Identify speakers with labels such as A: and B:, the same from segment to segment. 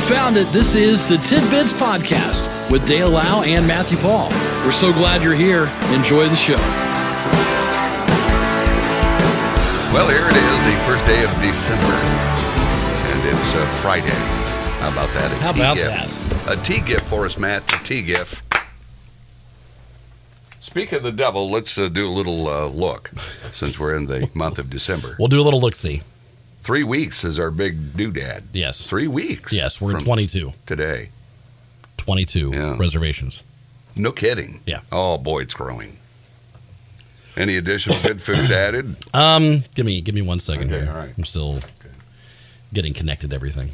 A: found it. This is the Tidbits Podcast with Dale Lau and Matthew Paul. We're so glad you're here. Enjoy the show.
B: Well, here it is, the first day of December, and it's uh, Friday. How about that? A
A: How about
B: gift. A tea gift for us, Matt. A tea gift. Speak of the devil, let's uh, do a little uh, look since we're in the month of December.
C: We'll do a little look see.
B: Three weeks is our big doodad.
C: Yes.
B: Three weeks.
C: Yes, we're in
B: from
C: 22.
B: today.
C: 22
B: Yeah.
C: reservations.
B: No kidding.
C: Yeah.
B: Oh boy, it's growing. Any additional good food added?
C: Um, give me give me one second
B: Okay,
C: here.
B: all right.
C: I'm still getting connected to everything.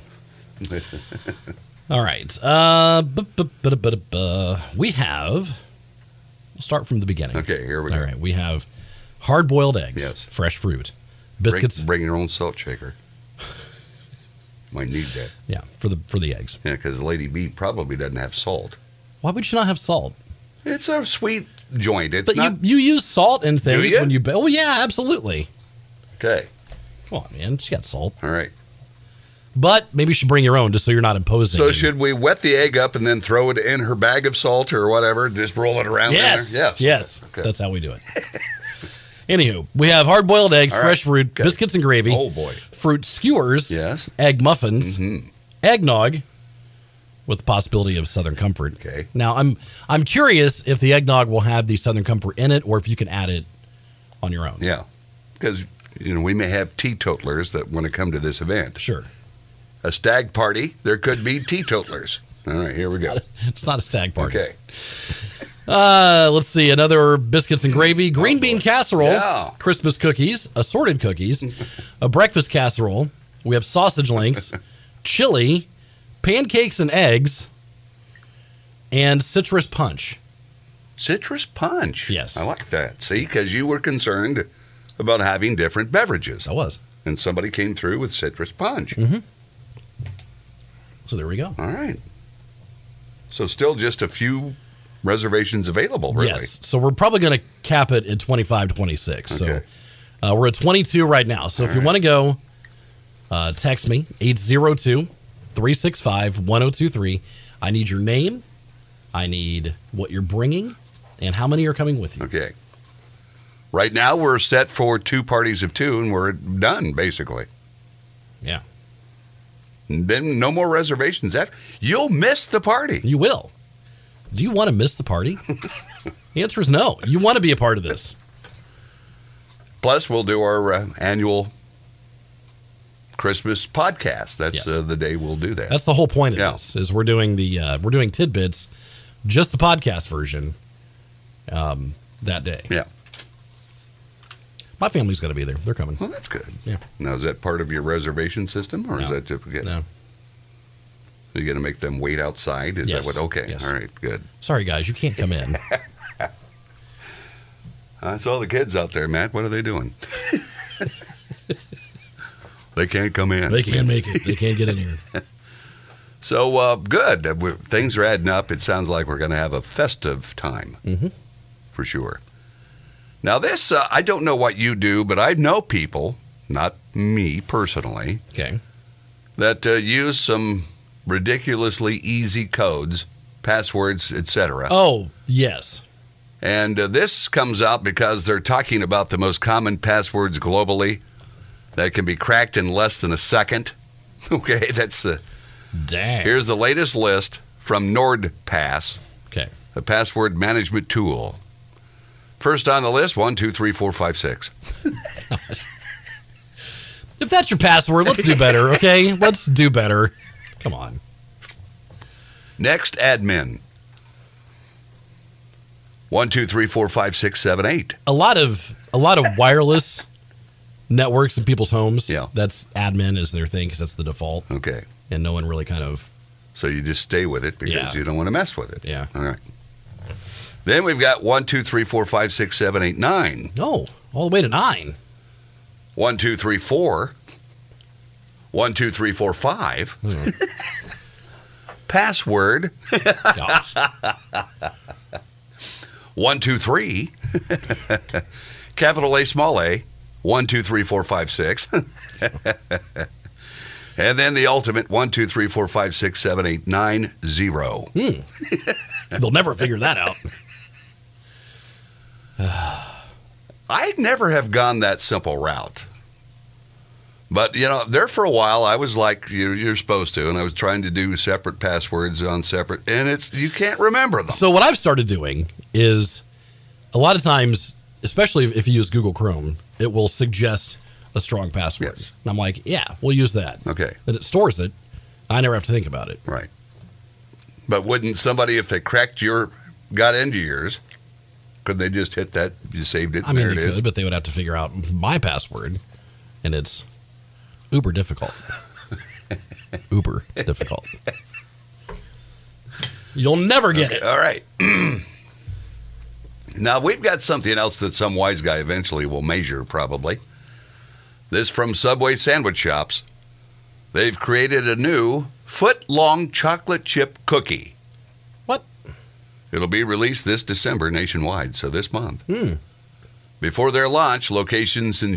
C: All right. Uh, bu- bu- bu- bu- bu- we have. We'll start from the beginning.
B: Okay, here we
C: All
B: go.
C: right. We have hard-boiled eggs.
B: Yes.
C: Fresh fruit,
B: Bring,
C: biscuits.
B: bring your own salt shaker. Might need that.
C: Yeah, for the for the eggs.
B: Yeah, because Lady B probably doesn't have salt.
C: Why would you not have salt?
B: It's a sweet joint. It's
C: But
B: not
C: you you use salt in things
B: ya?
C: when you. ba- Oh yeah, absolutely.
B: okay.
C: Come on, man. She got salt.
B: All right.
C: But maybe you should bring your own just so you're not imposing.
B: So
C: any-
B: should we wet the egg up and then throw it in her bag of salt or whatever? Just roll it around.
C: Yes.
B: In there? Yes.
C: Yes.
B: Okay.
C: That's how we do it. Anywho, we have hard boiled eggs,
B: All right.
C: fresh fruit,
B: Okay.
C: biscuits and gravy,
B: Oh boy.
C: fruit skewers,
B: Yes.
C: egg muffins,
B: Mhm.
C: eggnog, with the possibility of Southern Comfort.
B: Okay.
C: Now I'm I'm curious if the eggnog will have the Southern Comfort in it, or if you can add it on your own.
B: Yeah. Because you know we may have teetotalers that want to come to this event.
C: Sure.
B: a stag party, there could be teetotalers. All right, here we go.
C: It's not a stag party.
B: Okay.
C: Uh, let's see. Another biscuits and gravy, green bean casserole,
B: Yeah.
C: Christmas cookies, assorted cookies, a breakfast casserole. We have sausage links, chili, pancakes and eggs, and citrus punch.
B: Citrus punch.
C: Yes.
B: I like that. See, because you were concerned about having different beverages,
C: That was.
B: and somebody came through with citrus punch.
C: Mm-hmm. So there we go.
B: All right. So, still just a few reservations available, really.
C: Yes. So we're probably going to cap it at 25, 26.
B: Okay.
C: So uh, we're at 22 right now. So if you want to go, uh, text me 802 365 1023. I need your name. I need what you're bringing and how many are coming with you.
B: Okay. Right now, we're set for two parties of two, and we're done basically.
C: Yeah.
B: And then no more reservations. After you'll miss the party.
C: You will. Do you want to miss the party? the answer is no. You want to be a part of this.
B: Plus, we'll do our uh, annual Christmas podcast. That's
C: Yes.
B: uh, the day we'll do that.
C: That's the whole point of
B: Yeah.
C: this is we're doing the uh, we're doing tidbits, just the podcast version, um, that day.
B: yeah.
C: My family's going to be there. They're coming.
B: Well, that's good.
C: Yeah.
B: Now, is that part of your reservation system, or is
C: No.
B: that just okay?
C: No.
B: Are you going to make them wait outside? Is
C: Yes.
B: that what? Okay.
C: Yes.
B: All right. Good.
C: Sorry, guys, you can't come in.
B: I saw Uh, the kids out there, Matt. What are they doing? they can't come in.
C: They can't make it. They can't get in here.
B: So uh, good. We're, things are adding up. It sounds like we're going to have a festive time
C: Mhm.
B: for sure. Now, this, uh, I don't know what you do, but I know people, not me personally,
C: Okay.
B: that uh, use some ridiculously easy codes, passwords, etc.
C: Oh, yes.
B: And uh, this comes out because they're talking about the most common passwords globally that can be cracked in less than a second. Okay, that's uh,
C: Dang.
B: here's the latest list from NordPass.
C: okay.
B: a password management tool. First on the list, one, two, three, four, five, six.
C: If that's your password, let's do better, okay? Let's do better. Come on.
B: Next, admin. One, two, three, four, five, six, seven, eight.
C: A lot of a lot of wireless networks in people's homes.
B: Yeah.
C: That's admin is their thing because that's the default,
B: Okay.
C: and no one really kind of
B: So you just stay with it because
C: Yeah.
B: you don't want to mess with it.
C: yeah.
B: All right. Then we've got one, two, three, four, five, six, seven, eight, nine.
C: No, all the way to nine.
B: One, two, three, four. One, two, three, four, five.
C: Hmm.
B: Password
C: Gosh.
B: one, two, three. Capital A, small a, one, two, three, four, five, six. And then the ultimate one, two, three, four, five, six, seven, eight, nine, zero.
C: They'll never figure that out.
B: I never have gone that simple route. But you know, there for a while, I was like you, you're supposed to, and I was trying to do separate passwords on separate, and it's you can't remember them.
C: So what I've started doing is a lot of times, especially if you use Google Chrome, it will suggest a strong password.
B: Yes.
C: And I'm like, yeah, we'll use that.
B: Okay,
C: Then it stores it. I never have to think about it.
B: right. But wouldn't somebody, if they cracked your, got into yours, could they just hit that? You saved it.
C: I
B: and
C: mean,
B: there it
C: they
B: is.
C: could, but they would have to figure out my password, and it's uber difficult. uber difficult. You'll never get it.
B: All right. now we've got something else that some wise guy eventually will measure, probably. This from Subway sandwich shops. They've created a new foot-long chocolate chip cookie.
C: What?
B: It'll be released this December nationwide, so this month.
C: Hmm.
B: Before their launch, locations in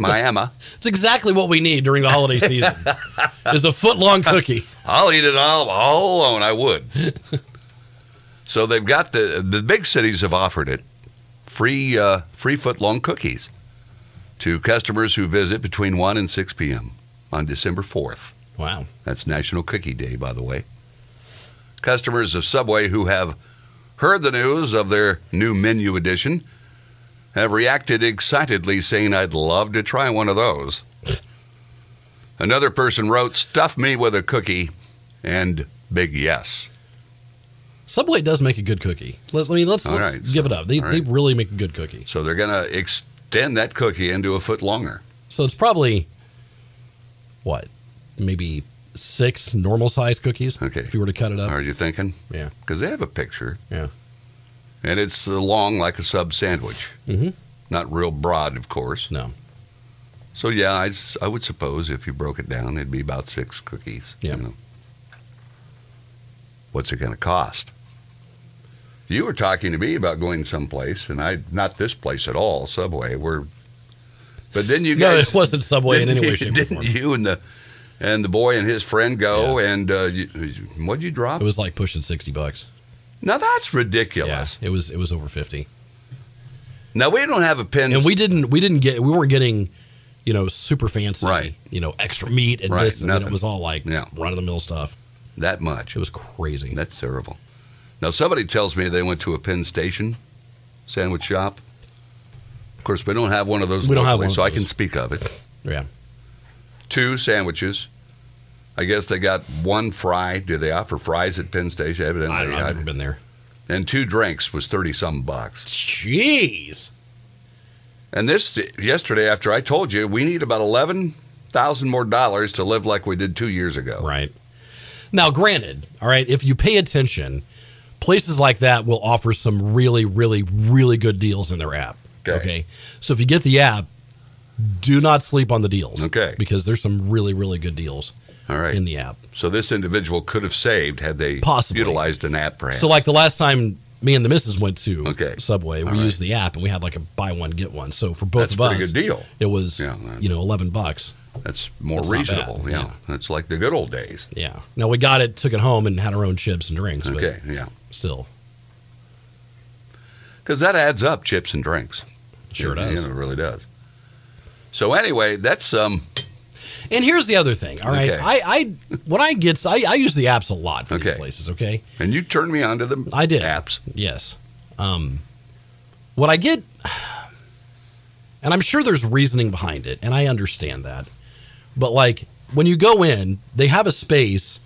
B: Miami.
C: It's exactly what we need during the holiday season. is a foot long cookie.
B: I'll eat it all, all alone. I would. so they've got the the big cities have offered it free uh, free foot long cookies to customers who visit between one and six p.m. on December fourth.
C: Wow.
B: That's National Cookie Day, by the way. Customers of Subway who have heard the news of their new menu addition have reacted excitedly, saying, I'd love to try one of those. Another person wrote, Stuff me with a cookie and big yes.
C: Subway does make a good cookie. Let, I mean, let's,
B: All
C: let's
B: right,
C: give it up. They,
B: all
C: they
B: right.
C: really make a good cookie.
B: So they're going to extend that cookie into a foot longer.
C: So it's probably what, maybe six normal sized cookies.
B: Okay.
C: If you were to cut it up,
B: Are you thinking?
C: yeah,
B: Because they have a picture.
C: yeah.
B: And it's uh, long like a sub sandwich.
C: Mhm.
B: Not real broad, of course.
C: No,
B: So yeah, I, s- I would suppose if you broke it down, it'd be about six cookies.
C: Yeah.
B: know. What's it going to cost? You were talking to me about going someplace, and I not this place at all, Subway. We're, but then you
C: no,
B: guys
C: it wasn't Subway in any way,
B: you-
C: shape, or
B: didn't
C: form.
B: you and the and the boy and his friend go and uh, you, what'd you drop?
C: It was like pushing sixty bucks.
B: now that's ridiculous.
C: Yes, it was. It was over fifty,
B: Now we don't have a pin.
C: and we didn't. We didn't get. We weren't getting, you know, super fancy.
B: Right.
C: You know, extra meat and
B: Right,
C: this. And it
B: nothing.
C: was all like
B: Yeah.
C: run of the mill stuff.
B: that much.
C: It was crazy.
B: That's terrible. Now, somebody tells me they went to a Penn Station sandwich shop. Of course, we don't have one of those
C: We don't have
B: locally,
C: one of
B: so I
C: those.
B: can speak of it.
C: yeah.
B: Two sandwiches. I guess they got one fry. Do they offer fries at Penn Station? Evidently,
C: I don't know.
B: I-
C: I've never been there.
B: and two drinks was thirty some bucks.
C: Jeez.
B: And this yesterday after I told you we need about eleven thousand more dollars to live like we did two years ago.
C: Right. Now, granted, all right, if you pay attention, places like that will offer some really, really, really good deals in their app.
B: Okay.
C: So if you get the app, do not sleep on the deals.
B: Okay.
C: Because there's some really, really good deals
B: All right.
C: in the app.
B: so this individual could have saved had they
C: Possibly.
B: utilized an app, perhaps.
C: So, like the last time me and the missus went to
B: Okay.
C: Subway, we
B: All right.
C: used the app and we had like a buy one, get one. So for both
B: That's a
C: of us,
B: pretty good deal.
C: it was,
B: Yeah, man.
C: you know, 11 bucks.
B: That's more
C: That's not
B: reasonable.
C: bad,
B: Yeah.
C: yeah.
B: That's like the good old days.
C: Yeah. Now we got it, took it home, and had our own chips and drinks. But
B: Okay. Yeah.
C: Still,
B: Because that adds up, chips and drinks.
C: sure
B: it,
C: does.
B: It really does. So anyway, that's um
C: And here's the other thing. All right,
B: Okay.
C: I, I when I get I, I use the apps a lot for these
B: Okay.
C: places. Okay,
B: and you turned me on to the
C: I did.
B: apps.
C: yes. Um, what I get, and I'm sure there's reasoning behind it, and I understand that. But like when you go in, they have a space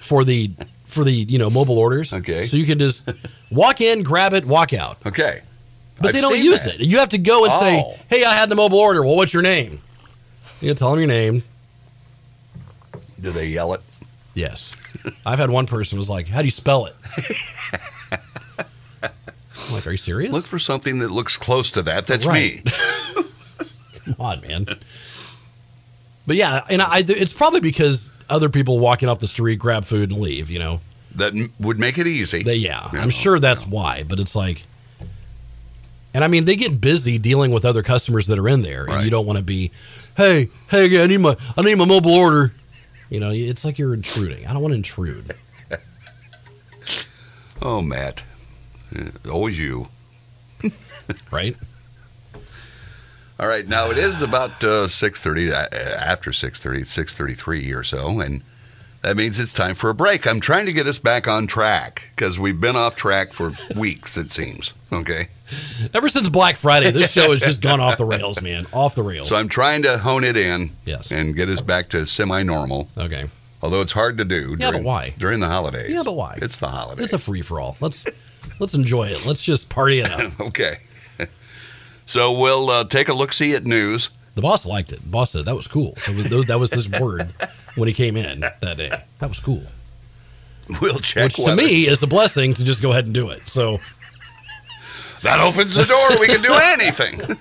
C: for the for the you know mobile orders.
B: Okay.
C: so you can just walk in, grab it, walk out.
B: Okay.
C: But
B: I've
C: they don't
B: seen
C: use
B: that.
C: it. You have to go and
B: Oh.
C: say, "Hey, I had the mobile order. Well, what's your name?" You tell them your name.
B: Do they yell it?
C: Yes. I've had one person was like, "How do you spell it?" I'm like, "Are you serious?
B: Look for something that looks close to that. That's
C: Right.
B: me.
C: Come on, man." But yeah, and I, it's probably because other people walking off the street grab food and leave. You know,
B: That m- would make it easy.
C: they yeah,
B: No,
C: I'm sure that's why. But it's like, and I mean, they get busy dealing with other customers that are in there, and you
B: Right.
C: don't want to be, "Hey, hey, I need my I need my mobile order." You know, it's like you're intruding. I don't want to intrude.
B: Oh, Matt. Eh, Always you.
C: Right?
B: All right, now it is about uh, 6.30, uh, after 6.30, 6.33 or so, and that means it's time for a break. I'm trying to get us back on track because we've been off track for weeks, it seems, okay?
C: Ever since Black Friday, this show has just gone off the rails, man. Off the rails.
B: So I'm trying to hone it in
C: Yes.
B: and get us back to semi-normal,
C: Okay.
B: although it's hard to do during,
C: Yeah, but why?
B: during the holidays.
C: Yeah, but why?
B: It's the holidays.
C: It's a free for all. Let's let's enjoy it. Let's just party it up.
B: okay. so we'll uh, take a look-see at news.
C: The boss liked it. The boss said that was cool. That was, those- that was his word when he came in that day. That was cool.
B: We'll check
C: Which to
B: whether-
C: me is a blessing to just go ahead and do it. So
B: That opens the door. We can do anything.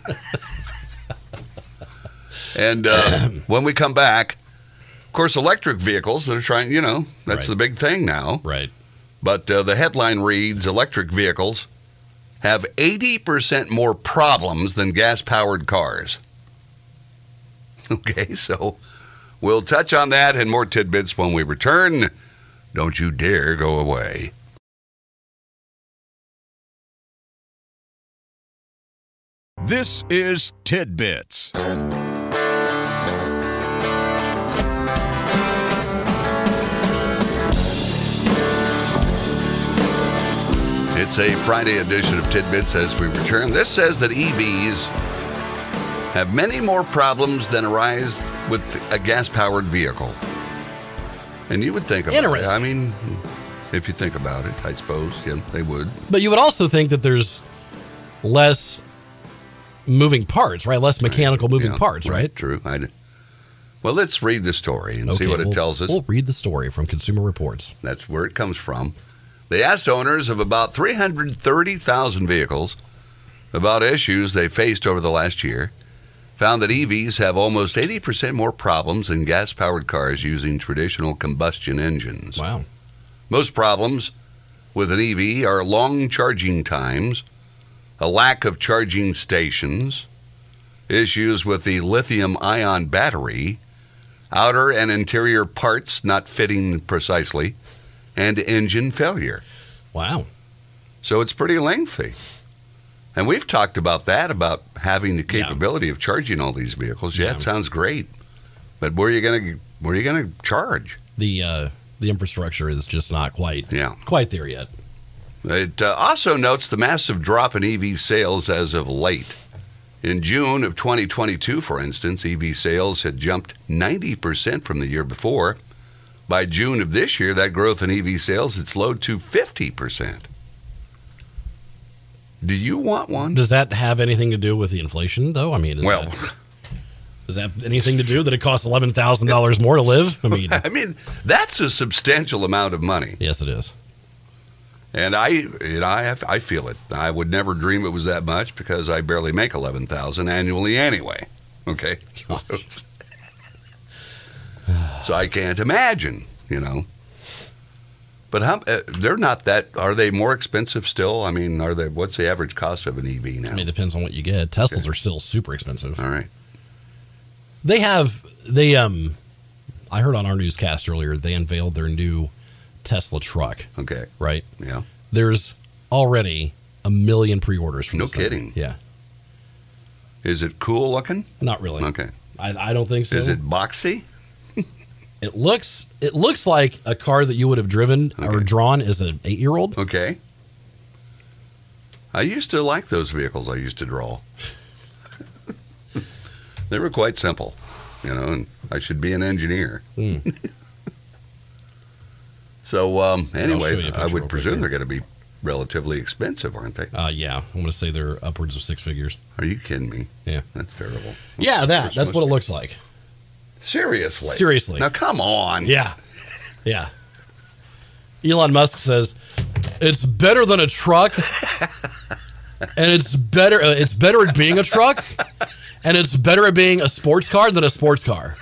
B: and uh, when we come back, of course, electric vehicles, they're trying, you know,
C: Right.
B: that's the big thing now.
C: right.
B: But uh, the headline reads electric vehicles have 80% more problems than gas powered cars. Okay, so we'll touch on that and more tidbits when we return. Don't you dare go away.
D: This is Tidbits.
B: It's a Friday edition of Tidbits as we return. This says that EVs have many more problems than arise with a gas powered vehicle. And you would think about it.
C: Interesting.
B: I mean, if you think about it, I suppose, yeah, they would.
C: But you would also think that there's less moving parts, right? Less mechanical moving
B: Yeah,
C: parts, right?
B: True. I, well, let's read the story and see what it
C: we'll-
B: tells us.
C: We'll read the story from Consumer Reports.
B: That's where it comes from. They asked owners of about 330,000 vehicles about issues they faced over the last year, found that EVs have almost 80% more problems than gas powered cars using traditional combustion engines.
C: Wow.
B: Most problems with an EV are long charging times, a lack of charging stations, issues with the lithium ion battery, outer and interior parts not fitting precisely, and engine failure.
C: Wow.
B: So it's pretty lengthy. And we've talked about that, about having the
C: Yeah.
B: capability of charging all these vehicles. Yeah,
C: Yeah.
B: it sounds great. But where are you gonna where are you gonna charge?
C: The uh the infrastructure is just not quite
B: Yeah.
C: quite there yet.
B: It uh, also notes the massive drop in EV sales as of late. In June of 2022, for instance, EV sales had jumped 90% from the year before. By June of this year, that growth in EV sales had slowed to 50%. Do you want one?
C: Does that have anything to do with the inflation though? I mean, is
B: Well,
C: that, does that have anything to do that it costs eleven thousand dollars more to live? I mean,
B: I mean, that's a substantial amount of money.
C: yes, it is.
B: And I, and I, I feel it. I would never dream it was that much because I barely make eleven thousand annually anyway. Okay,
C: Gosh.
B: so I can't imagine, you know. But how, uh, they're not that. Are they more expensive still? I mean, are they? What's the average cost of an EV now?
C: I mean, it depends on what you get. Teslas are still super expensive.
B: All right.
C: They have they um I heard on our newscast earlier they unveiled their new Tesla truck,
B: Okay.
C: right?
B: Yeah.
C: There's already a million pre-orders for
B: No
C: this thing.
B: kidding.
C: Yeah.
B: Is it cool looking?
C: Not really.
B: Okay.
C: I, I don't think so.
B: Is it boxy?
C: It looks it looks like a car that you would have driven or
B: Okay.
C: drawn as an 8-year-old.
B: Okay. I used to like those vehicles I used to draw. they were quite simple, you know, and I should be an engineer.
C: Mm.
B: so, um,
C: show you
B: anyway,
C: a
B: I
C: picture
B: would
C: real quick
B: presume
C: here.
B: they're going to be relatively expensive, aren't they?
C: Uh yeah, I'm going to say they're upwards of 6 figures.
B: Are you kidding me?
C: Yeah.
B: That's terrible.
C: Yeah, that. That's
B: Christmas.
C: what it looks like.
B: Seriously.
C: Seriously.
B: Now, come on.
C: Yeah. Yeah. Elon Musk says it's better than a truck. and it's better uh, it's better at being a truck and it's better at being a sports car than a sports car.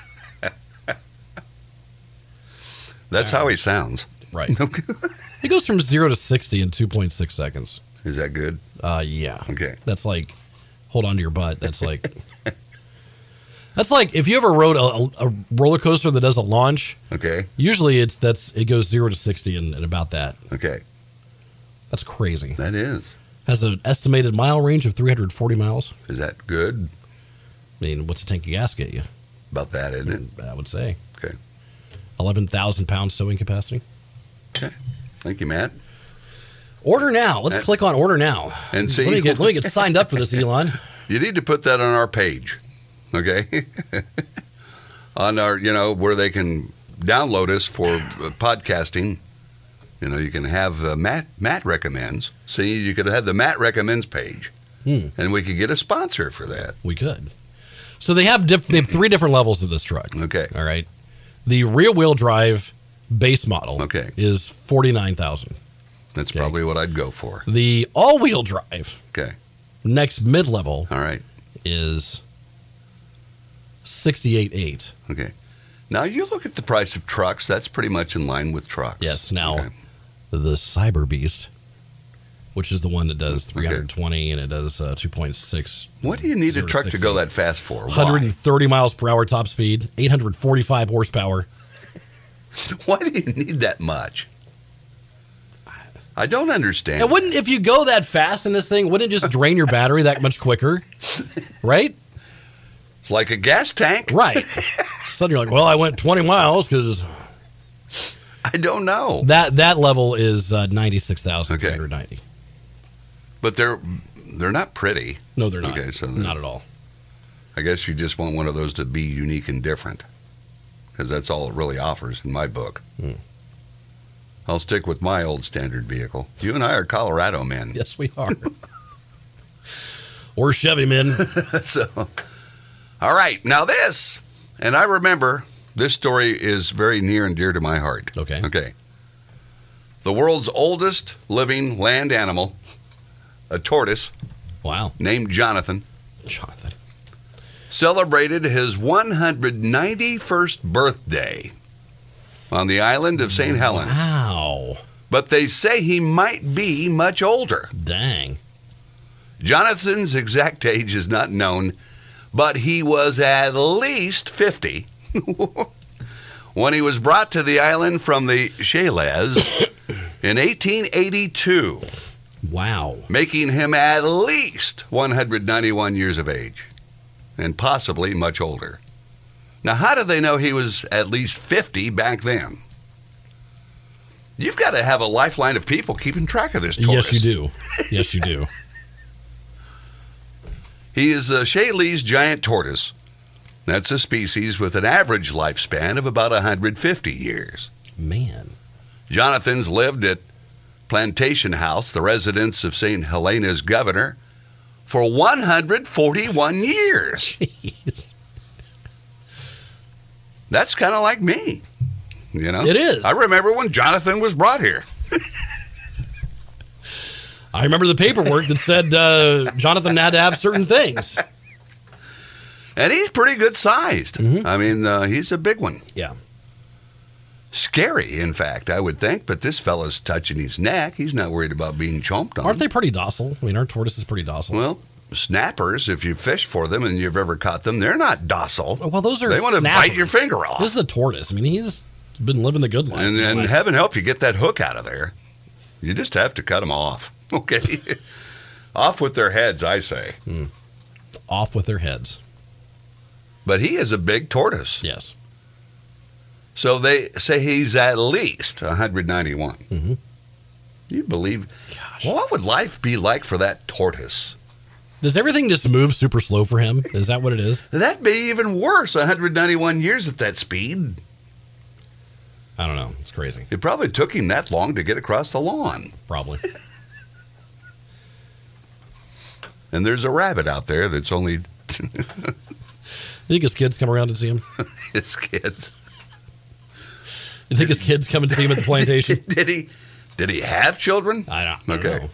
B: That's how he sounds.
C: Right. it goes from 0 to 60 in 2.6 seconds.
B: Is that good?
C: Uh yeah.
B: Okay.
C: That's like hold on to your butt. That's like That's like if you ever rode a, a roller coaster that does a launch.
B: Okay.
C: Usually, it's that's it goes zero to sixty and, and about that.
B: Okay.
C: That's crazy.
B: That is.
C: Has an estimated mile range of three hundred forty miles.
B: Is that good?
C: I mean, what's a tank of gas get you?
B: About that, isn't it?
C: I would say
B: Okay.
C: eleven thousand pounds towing capacity. Hmm.
B: Okay. Thank you, Matt.
C: Order now. Let's
B: That-
C: click on order now.
B: And Uh, see-
C: let me get let me get signed up for this, Elon.
B: You need to put that on our page, okay? on our, you know, where they can download us for uh, podcasting. You know, you can have uh, Matt Matt recommends. See, you could have the Matt recommends page,
C: Hmm.
B: and we could get a sponsor for that.
C: We could. So they have diff- they have three different levels of this truck.
B: Okay,
C: All right. The rear wheel drive base model
B: Okay.
C: is 49,000.
B: that's
C: Okay.
B: probably what I'd go for.
C: The all-wheel drive
B: Okay,
C: next mid-level
B: all right,
C: is 68.8.
B: okay. Now you look at the price of trucks. That's pretty much in line with trucks.
C: Yes, now-
B: Okay.
C: The Cyber Beast, which is the one that does 320 and it does uh, 2.6
B: what do you need a truck to go that fast for? Why?
C: 130 miles per hour top speed, 845 horsepower.
B: Why do you need that much? I don't understand.
C: It wouldn't if you go that fast in this thing, wouldn't it just drain your battery that much quicker? Right?
B: It's like a gas tank.
C: Right. Suddenly you're like, well, I went 20 miles because
B: I don't know.
C: that that level is uh, 96,390.
B: But they're they're not pretty.
C: No, they're not.
B: Okay, so
C: not
B: that's-
C: at all.
B: I guess you just want one of those to be unique and different, because that's all it really offers in my book.
C: Hmm.
B: I'll stick with my old standard vehicle. You and I are Colorado men,
C: Yes, we are. We're Chevy men.
B: so all right. Now this, and I remember this story is very near and dear to my heart.
C: Okay.
B: Okay. The world's oldest living land animal, a tortoise
C: Wow,
B: named Jonathan,
C: Jonathan.
B: celebrated his 191st birthday on the island of St. Helens,
C: Wow,
B: but they say he might be much older.
C: dang.
B: Jonathan's exact age is not known, but he was at least 50 when he was brought to the island from the Shalaz in 1882,
C: Wow.
B: making him at least 191 years of age and possibly much older. Now, how do they know he was at least 50 back then? You've got to have a lifeline of people keeping track of this tortoise.
C: Yes, you do. Yes, you do.
B: He is a Shaylee's giant tortoise. That's a species with an average lifespan of about 150 years.
C: Man,
B: Jonathan's lived at Plantation House, the residence of St. Helena's governor, for 141 years. That's kind of like me. You know?
C: It is.
B: I remember when Jonathan was brought here.
C: I remember the paperwork that said uh, Jonathan had to have certain things.
B: And he's pretty good sized. I mean, uh, he's a big one.
C: Mm-hmm. Yeah.
B: Scary, in fact, I would think, but this fella's touching his neck. He's not worried about being chomped on.
C: Aren't they pretty docile? I mean, our tortoise is pretty docile.
B: Well, snappers, if you fish for them and you've ever caught them, they're not docile.
C: Well, those are
B: they want to bite
C: snappers.
B: your finger off.
C: This is a tortoise. I mean, he's been living the good life.
B: and,
C: his
B: and
C: last-
B: heaven help you get that hook out of there. You just have to cut them off. Okay. off with their heads, I say.
C: off with their heads.
B: But he is a big tortoise.
C: Yes.
B: So they say he's at least 191.
C: Mhm.
B: You believe?
C: Gosh.
B: What would life be like for that tortoise?
C: Does everything just move super slow for him? Is that what it is?
B: That'd be even worse. 191 years at that speed.
C: I don't know. It's crazy,
B: It probably took him that long to get across the lawn.
C: probably.
B: And there's a rabbit out there that's only
C: You think his kids come around and see him?
B: his kids.
C: You think his kids come and see him at the plantation?
B: did he? Did he have children?
C: I don't, I don't
B: Okay.
C: know.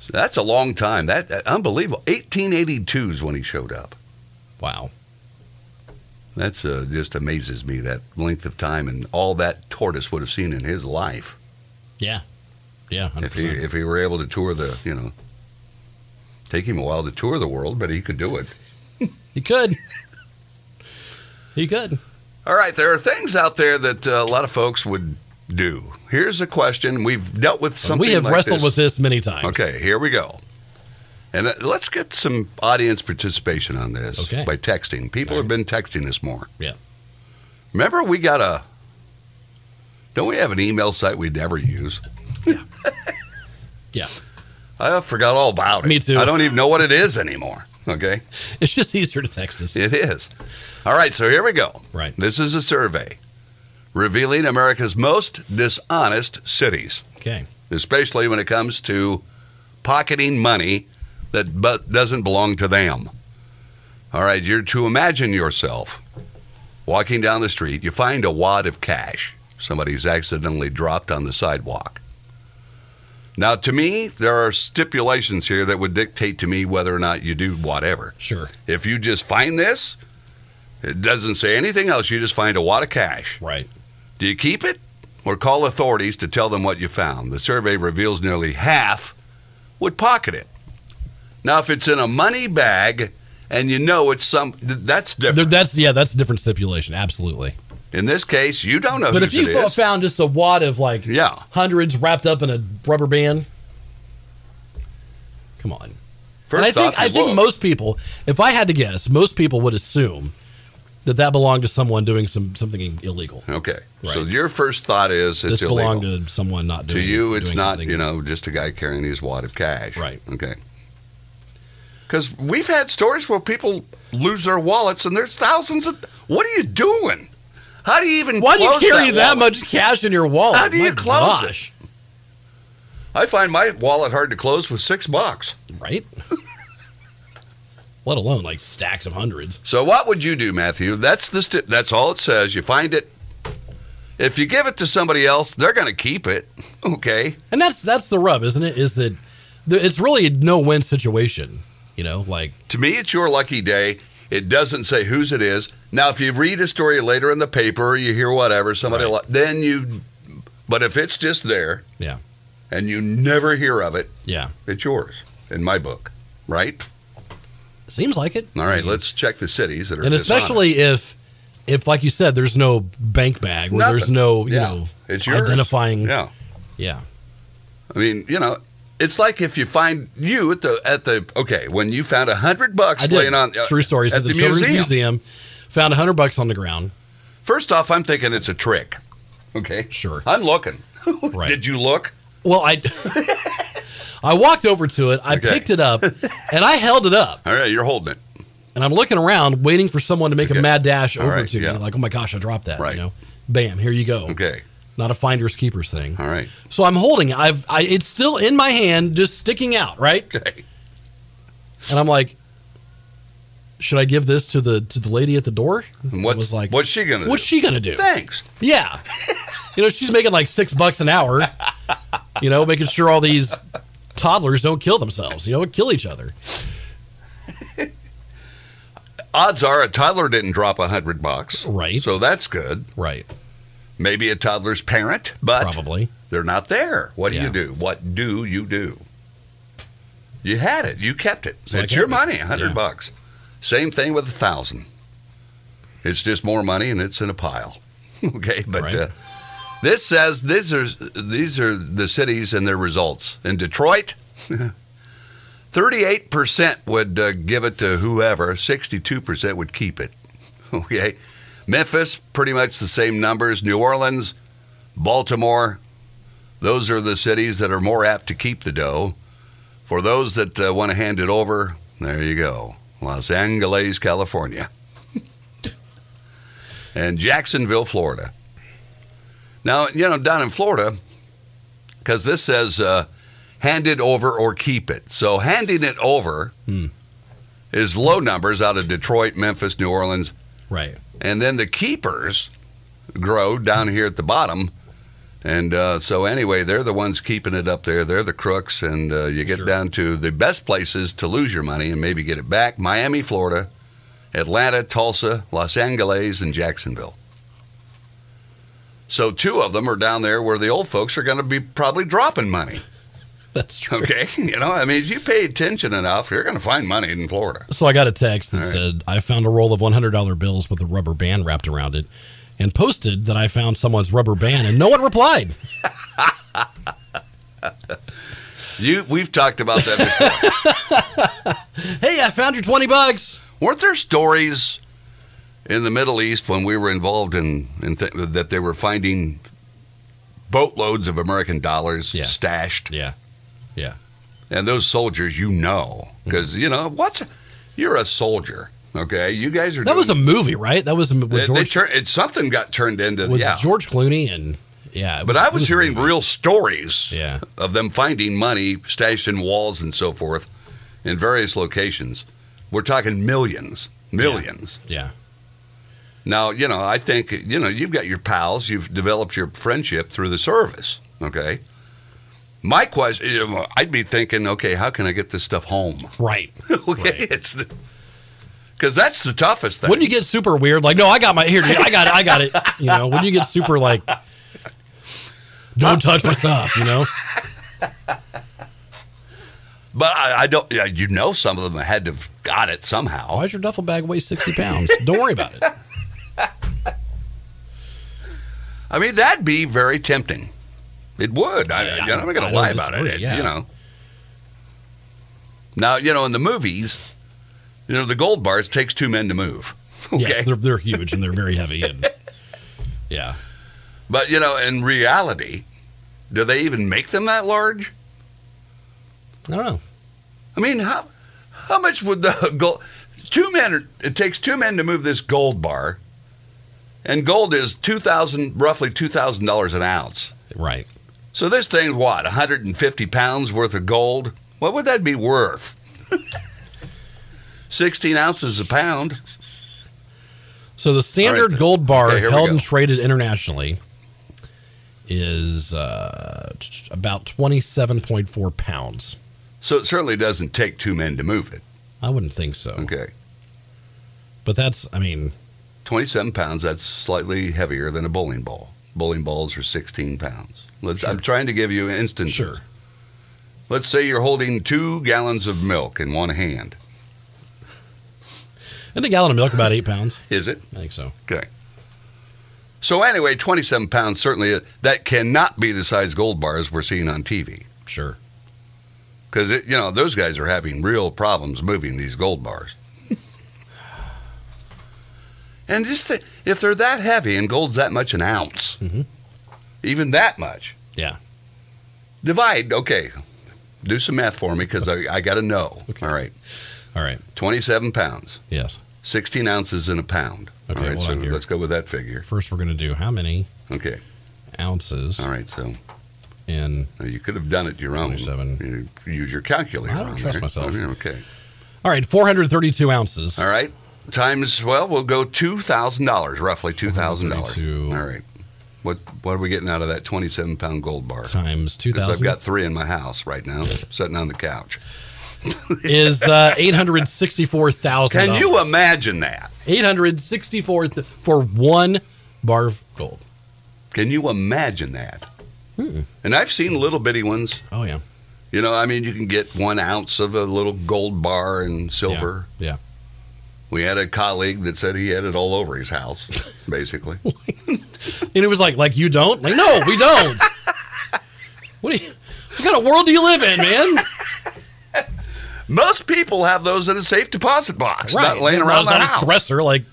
B: So that's a long time. That, that unbelievable. 1882 is when he showed up.
C: Wow.
B: That's uh, just amazes me that length of time and all that tortoise would have seen in his life
C: Yeah. Yeah. 100%.
B: if he if he were able to tour the you know. Take him a while to tour the world, but he could do it.
C: He could. he could.
B: All right, there are things out there that uh, a lot of folks would do. Here's a question we've dealt with something.
C: we have
B: like
C: wrestled
B: this.
C: with this many times.
B: Okay, here we go. And uh, let's get some audience participation on this
C: Okay.
B: by texting. People have been texting us more.
C: Yeah.
B: Remember, we got a. Don't we have an email site we never use?
C: Yeah.
B: I forgot all about it.
C: Me too.
B: I don't even know what it is anymore. Okay,
C: It's just easier to text us.
B: it is. All right, so here we go.
C: Right.
B: This is a survey revealing America's most dishonest cities.
C: Okay.
B: especially when it comes to pocketing money that bu- doesn't belong to them. All right, you're to imagine yourself walking down the street, you find a wad of cash somebody's accidentally dropped on the sidewalk. Now, to me, there are stipulations here that would dictate to me whether or not you do whatever.
C: Sure.
B: If you just find this, it doesn't say anything else. You just find a wad of cash.
C: Right.
B: Do you keep it or call authorities to tell them what you found? The survey reveals nearly half would pocket it. Now, if it's in a money bag and you know it's some, th- that's
C: There,
B: different.
C: that's yeah. That's a different stipulation. Absolutely.
B: In this case, you don't know
C: But
B: whose
C: if you
B: it
C: fo-
B: is.
C: found just a wad of like
B: Yeah.
C: hundreds wrapped up in a rubber band, come on.
B: First
C: and I think
B: off, you
C: I think
B: look.
C: most people, if I had to guess, most people would assume that that belonged to someone doing some something illegal.
B: Okay, so
C: Right.
B: your first thought is it's
C: this
B: illegal.
C: belonged to someone not
B: to
C: doing.
B: you, it's
C: doing
B: not.
C: something-
B: You know, just a guy carrying his wad of cash.
C: Right.
B: Okay. Because we've had stories where people lose their wallets, and there's thousands of. What are you doing? How do you even?
C: Why do you
B: close
C: carry that,
B: wallet?
C: much cash in your wallet?
B: How do you
C: My
B: close it?
C: gosh.
B: I find my wallet hard to close with six bucks.
C: Right. Let alone like stacks of hundreds.
B: So what would you do, Matthew? That's the sti that's all it says. You find it. If you give it to somebody else, they're going to keep it. Okay.
C: And that's that's the rub, isn't it? Is that th- it's really a no-win situation. You know, like
B: To me, it's your lucky day. It doesn't say whose it is. Now, if you read a story later in the paper, or you hear whatever somebody,
C: Right.
B: li- then you. But if it's just there
C: yeah,
B: and you never hear of it,
C: yeah.
B: it's yours in my book, right?
C: Seems like it.
B: All right, let's check the cities that are
C: Mm-hmm. and
B: dishonest.
C: especially if if like you said there's no bank bag where there's
B: Nothing.
C: no you
B: Yeah.
C: know
B: It's yours.
C: identifying
B: Yeah.
C: yeah
B: I mean, you know, it's like if you find you at the at the okay when you found a hundred bucks
C: i did
B: laying on uh,
C: true stories at the, children's museum, found a hundred bucks on the ground
B: First off, I'm thinking it's a trick. Okay,
C: Sure.
B: I'm looking.
C: Right.
B: Oh, Did you look?
C: well i i walked over to it i
B: Okay.
C: picked it up and i held it up
B: All right, you're holding it.
C: and i'm looking around waiting for someone to make
B: Okay.
C: a mad dash
B: All
C: over
B: right,
C: to
B: yeah.
C: me like oh my gosh i dropped that
B: Right.
C: you know bam here you go
B: Okay,
C: not a finder's keeper's thing
B: all right.
C: so i'm holding it i've I, it's still in my hand just sticking out right
B: Okay,
C: And I'm like, should I give this to the to the lady at the door?
B: and
C: I
B: what's
C: was like,
B: what's she gonna
C: what's
B: do?
C: she gonna do?
B: Thanks.
C: Yeah, you know she's making like six bucks an hour. You know, making sure all these toddlers don't kill themselves. You know, and kill each other.
B: Odds are a toddler didn't drop a hundred bucks,
C: Right.
B: So that's good.
C: Right.
B: Maybe a toddler's parent, but
C: Probably.
B: they're not there. What do
C: Yeah.
B: you do? What do you do? You had it. You kept it.
C: So I
B: it's your
C: kept it.
B: money, a hundred
C: Yeah.
B: bucks. Same thing with a thousand. It's just more money, and it's in a pile. okay, but
C: Right.
B: uh, this says these are these are the cities and their results. In Detroit, thirty-eight percent would uh, give it to whoever. Sixty-two percent would keep it. Okay, Memphis, pretty much the same numbers. New Orleans, Baltimore, those are the cities that are more apt to keep the dough. For those that uh, want to hand it over, there you go. Los Angeles, California. and Jacksonville, Florida. Now, you know, down in Florida, because this says uh, hand it over or keep it. So handing it over
C: Hmm.
B: is low numbers out of Detroit, Memphis, New Orleans,
C: Right.
B: and then the keepers grow down here at the bottom. And uh, so, anyway, they're the ones keeping it up there. They're the crooks. And uh, you get
C: Sure.
B: down to the best places to lose your money and maybe get it back Miami, Florida, Atlanta, Tulsa, Los Angeles, and Jacksonville. So, two of them are down there where the old folks are going to be probably dropping money.
C: That's true.
B: Okay, you know, I mean, if you pay attention enough, you're going to find money in Florida.
C: So I got a text that
B: All right.
C: said, I found a roll of $100 bills with a rubber band wrapped around it and posted that I found someone's rubber band and no one replied.
B: You, we've talked about that before.
C: Hey, I found your 20 bucks.
B: Weren't there stories in the Middle East when we were involved in, in th- that they were finding boatloads of American dollars
C: Yeah.
B: stashed?
C: Yeah. Yeah.
B: And those soldiers, you know,
C: Mm-hmm.
B: because you know what's you're a soldier, okay? You guys are
C: That was a
B: doing-
C: movie, right? That was a- with
B: they, they
C: George,
B: turn, it, something got turned into
C: with
B: yeah.
C: George Clooney and yeah. it
B: but
C: was-
B: I
C: it
B: was
C: a
B: hearing
C: movie.
B: real stories
C: Yeah.
B: of them finding money stashed in walls and so forth in various locations. We're talking millions, millions.
C: Yeah.
B: Now, you know, I think, you know, you've got your pals, you've developed your friendship through the service, okay? My question, you know, I'd be thinking, okay, how can I get this stuff home?
C: Right.
B: okay,
C: Right.
B: it's because that's the toughest thing.
C: Wouldn't you get super weird? Like, no, I got my here. dude, I got it. I got it. You know, wouldn't you get super like, don't touch my stuff? You know,
B: but I, I don't, yeah, you know, some of them had to have got it somehow.
C: why's your duffel bag weigh sixty pounds? Don't worry about it.
B: I mean, that'd be very tempting. It would. I,
C: Yeah,
B: you know, I'm not
C: I
B: going
C: don't
B: to lie about it.
C: disagree,
B: It-
C: yeah.
B: You know. Now, you know, in the movies, you know, the gold bars takes two men to move. Okay.
C: Yes, they're they're huge and they're very heavy and yeah.
B: But you know, in reality, do they even make them that large?
C: I don't know.
B: I mean, how how much would the gold? Two men. It takes two men to move this gold bar, and gold is two thousand, roughly two thousand dollars an ounce.
C: Right.
B: So this thing's what, one hundred and fifty pounds worth of gold? What would that be worth? Sixteen ounces a pound.
C: So the
B: All
C: standard
B: right, then.
C: gold bar
B: Okay, here we
C: held
B: go.
C: and traded internationally is uh, t- about twenty seven point four pounds.
B: So it certainly doesn't take two men to move it.
C: I wouldn't think so.
B: Okay,
C: But that's I mean
B: twenty-seven pounds. That's slightly heavier than a bowling ball. Bowling balls are sixteen pounds. Let's, I'm trying to give you an instance.
C: sure.
B: Let's say you're holding two gallons of milk in one hand.
C: And a gallon of milk about eight pounds.
B: Is it?
C: I think so.
B: Okay. So anyway, 27 pounds certainly uh, that cannot be the size gold bars we're seeing on TV
C: Sure.
B: because you know those guys are having real problems moving these gold bars. and just think, if they're that heavy and gold's that much an ounce,
C: Mhm.
B: even that much,
C: Yeah.
B: divide. Okay, do some math for me because I, I got to know. All right,
C: All right.
B: 27 pounds.
C: Yes.
B: 16 ounces in a pound.
C: Okay,
B: all right,
C: hold
B: so
C: on here.
B: let's go with that figure.
C: First, we're going to do how many
B: Okay,
C: ounces
B: all right, so
C: in.
B: now you could have done it your own.
C: 27.
B: You use your calculator.
C: I don't
B: on
C: trust
B: there.
C: myself.
B: Okay,
C: All right, 432 ounces.
B: all right. Times well, we'll go two thousand dollars, roughly two thousand dollars.
C: 132.
B: All right. What what are we getting out of that twenty-seven pound gold bar?
C: Times
B: Because
C: 2,000
B: I've got three in my house right now, sitting on the couch.
C: is uh, 864,000.
B: Can you imagine that?
C: 864 th- for one bar of gold. Hmm.
B: Can you imagine that? And I've seen little bitty ones.
C: Oh, yeah.
B: You know, I mean, you can get one ounce of a little gold bar and silver.
C: Yeah.
B: We had a colleague that said he had it all over his house, basically.
C: And it was like, like you don't? Like, no, we don't. what, do you, what kind of world do you live in, man?
B: Most people have those in a safe deposit box, not laying
C: I
B: around
C: was
B: the
C: on his
B: house.
C: dresser, like,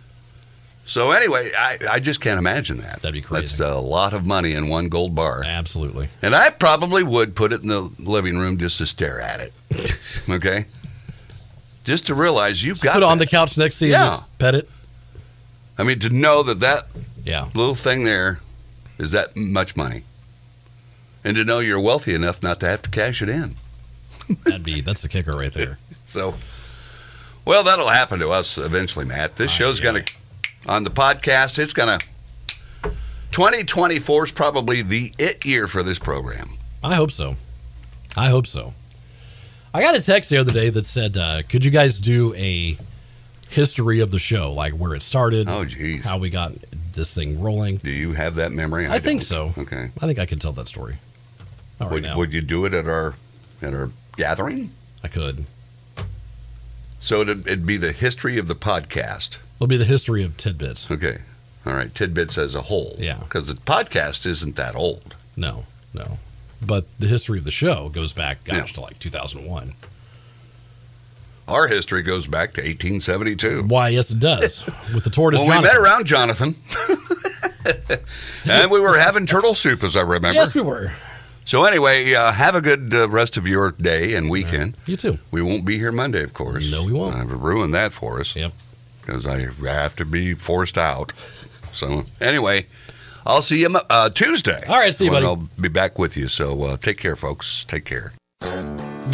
B: so anyway, I, I just can't imagine that.
C: That'd be crazy.
B: That's a lot of money in one gold bar.
C: absolutely.
B: And I probably would put it in the living room just to stare at it. okay? Just to realize you've got
C: Put it on the
B: that.
C: couch next to you
B: Yeah.
C: and just pet it.
B: I mean, to know that that
C: Yeah.
B: little thing there is that much money. And to know you're wealthy enough not to have to cash it in.
C: That'd be, that's the kicker right there.
B: So, well, that'll happen to us eventually, Matt. This show's going to, on the podcast, it's going to, 2024 is probably the it year for this program.
C: I hope so. I hope so. I got a text the other day that said, uh, "Could you guys do a history of the show, like where it started,
B: Oh, geez.
C: how we got this thing rolling?"
B: Do you have that memory?
C: I, think
B: don't.
C: so.
B: Okay.
C: I think I can tell that story. All right
B: Would,
C: now.
B: would you do it at our at our gathering.
C: I could.
B: So it'd, it'd be the history of the podcast.
C: It'll be the history of tidbits.
B: Okay. All right. Tidbits as a whole.
C: Yeah.
B: Because the podcast isn't that old.
C: No, no. But the history of the show goes back, gosh,
B: Yeah.
C: to like 2001.
B: Our history goes back to 1872.
C: Why, yes, it does. With the tortoise
B: Well, we
C: Jonathan.
B: met around Jonathan. and we were having turtle soup, as I remember.
C: Yes, we were.
B: So, anyway, uh, have a good uh, rest of your day and weekend.
C: You too.
B: We won't be here Monday, of course.
C: No, we won't.
B: I've ruined that for us
C: Yep.
B: because I have to be forced out. So, anyway, I'll see you Mo- uh, Tuesday.
C: All right, see you,
B: when
C: buddy.
B: I'll be back with you. So, uh, take care, folks. Take care.